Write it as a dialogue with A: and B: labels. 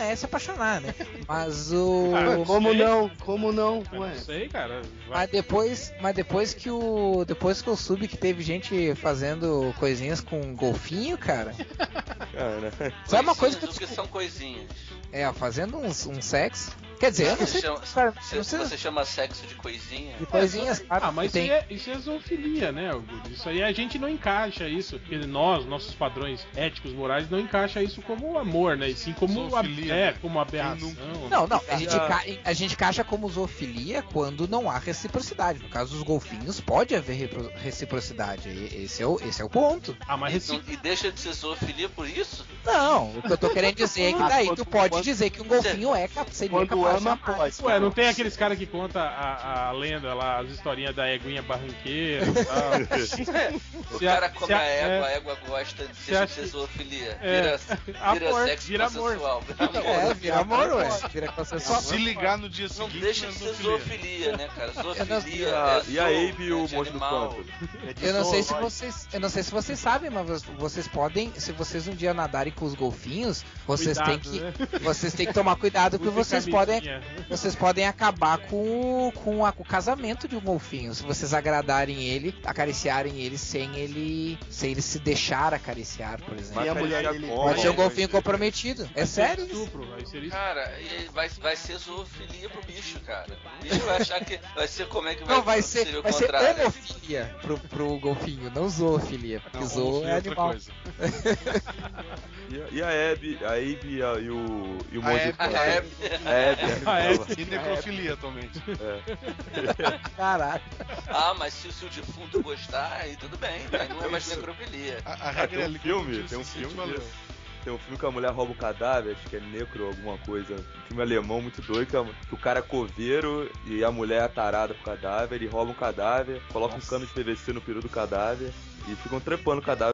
A: é se apaixonar, né? Mas o.
B: Cara, não
C: Como
B: sei.
C: não? Como não?
B: Eu
D: é
C: Ué.
B: não sei, cara. Vai-
A: Mas depois, mas depois que o. Depois que eu soube que teve gente fazendo coisinhas com golfinho, cara.
E: Coisinhas
A: Sabe uma coisa que eu
E: do que
A: descobri?
E: são coisinhas.
A: É, fazendo uns- um, sexo. Quer dizer, eu não
E: Você
A: sei.
E: chama-
A: Cara, eu
E: você-
A: não sei
E: você chama sexo de coisinha?
A: de coisinhas, sabe?
B: Ah, mas
A: tem.
B: isso, aí é, isso é zoofilia, né, Augusto? Isso aí a gente não encaixa isso. Porque Nós, nossos padrões éticos, morais, não encaixa isso como amor, né? E sim como,
D: Zoofilia,
B: a, é,
D: né?
B: como aberração. né?
A: Não, não, a gente, ca... a gente caixa como zoofilia quando não há reciprocidade. No caso dos golfinhos, pode haver repro- reciprocidade. E- Esse é o, esse é o ponto.
B: Ah, mas
E: Não-
D: Então,
B: reci...
E: E deixa de ser zoofilia por isso?
A: Não, o que eu tô querendo dizer é que
C: Ah,
A: daí
C: quando-
A: tu pode
C: quando-
A: dizer que um golfinho é cap... seria
C: Quando
A: capaz de
C: ama,
A: amar.
C: pode.
B: tipo, Ué, não tem aqueles caras que conta a, a lenda lá, as historinhas da eguinha barranqueira e tal.
E: O
B: Se a-
E: cara come
B: se
E: a,
B: a-
E: égua, a
B: é.
E: égua gosta,
B: Se
E: deixa
B: a-
E: de ser zoofilia.
B: É.
E: Vira, vira
B: Amor,
E: sexo
B: vira amor.
E: consensual. vira amor.
A: É, vira amor, ué. Vira consensual.
D: Se ligar no dia
E: Não
D: seguinte.
E: deixa de
D: né,
E: ser
D: zoofilia.
E: zoofilia, né,
A: É,
E: cara?
F: E
E: Zoofilia.
A: ah,
F: a,
E: é
F: e a
E: zoo,
F: Abe e o
E: né, de
F: Monte do
E: animal.
F: Pântano.
D: é
A: Eu não sei se vocês, eu não sei se vocês sabem, mas vo- vocês podem, se vocês um dia nadarem com os golfinhos, vocês têm
B: Cuidado,
A: que,
B: né?
A: vocês têm que tomar cuidado porque
B: Use
A: vocês podem, é
B: camisinha.
A: vocês podem acabar com, o- com, a- com o casamento de um golfinho, se vocês agradarem ele, acariciarem ele sem ele, sem ele se deixar acariciar, por exemplo.
C: E a
F: Mata
C: mulher
F: ele,
C: dele?
F: come,
A: Pode ser um
F: vai
A: golfinho
C: né?
F: ser-
A: comprometido. É sério? isso?
B: Estupro, vai ser isso.
E: Cara, e vai, vai ser zoofilia pro bicho, cara. O bicho vai achar que vai ser como é que vai,
A: Não, vai
E: seria
A: ser,
E: o
A: vai ser
E: contrário.
A: homofilia pro, pro golfinho, não zoofilia, porque
D: Não,
A: zoo
D: homofilia
A: é
D: é outra
A: animal.
D: coisa.
F: E a- E a Abby, a Abby e, a- e o, e o
D: A Abby.
F: Monte
D: né?
F: do
E: Ah,
F: Pântano.
E: é,
F: A Abby.
B: Ah, é.
D: E necrofilia atualmente.
F: É.
A: Caraca.
E: ah, mas se, o- se o defunto gostar, aí tudo bem, né? não é mais necrofilia.
D: A, a
F: Ah,
D: regra
F: tem
D: é
F: um
D: ali,
F: filme,
D: como
F: tem um
D: disse,
F: filme.
D: valeu.
F: que- Tem um filme que a mulher rouba o cadáver, acho que é necro alguma coisa. Um filme alemão muito doido, que, a- que o cara é coveiro e a mulher é tarada pro cadáver, ele rouba um cadáver, coloca um cano de PVC no peru do cadáver e ficam trepando o cadáver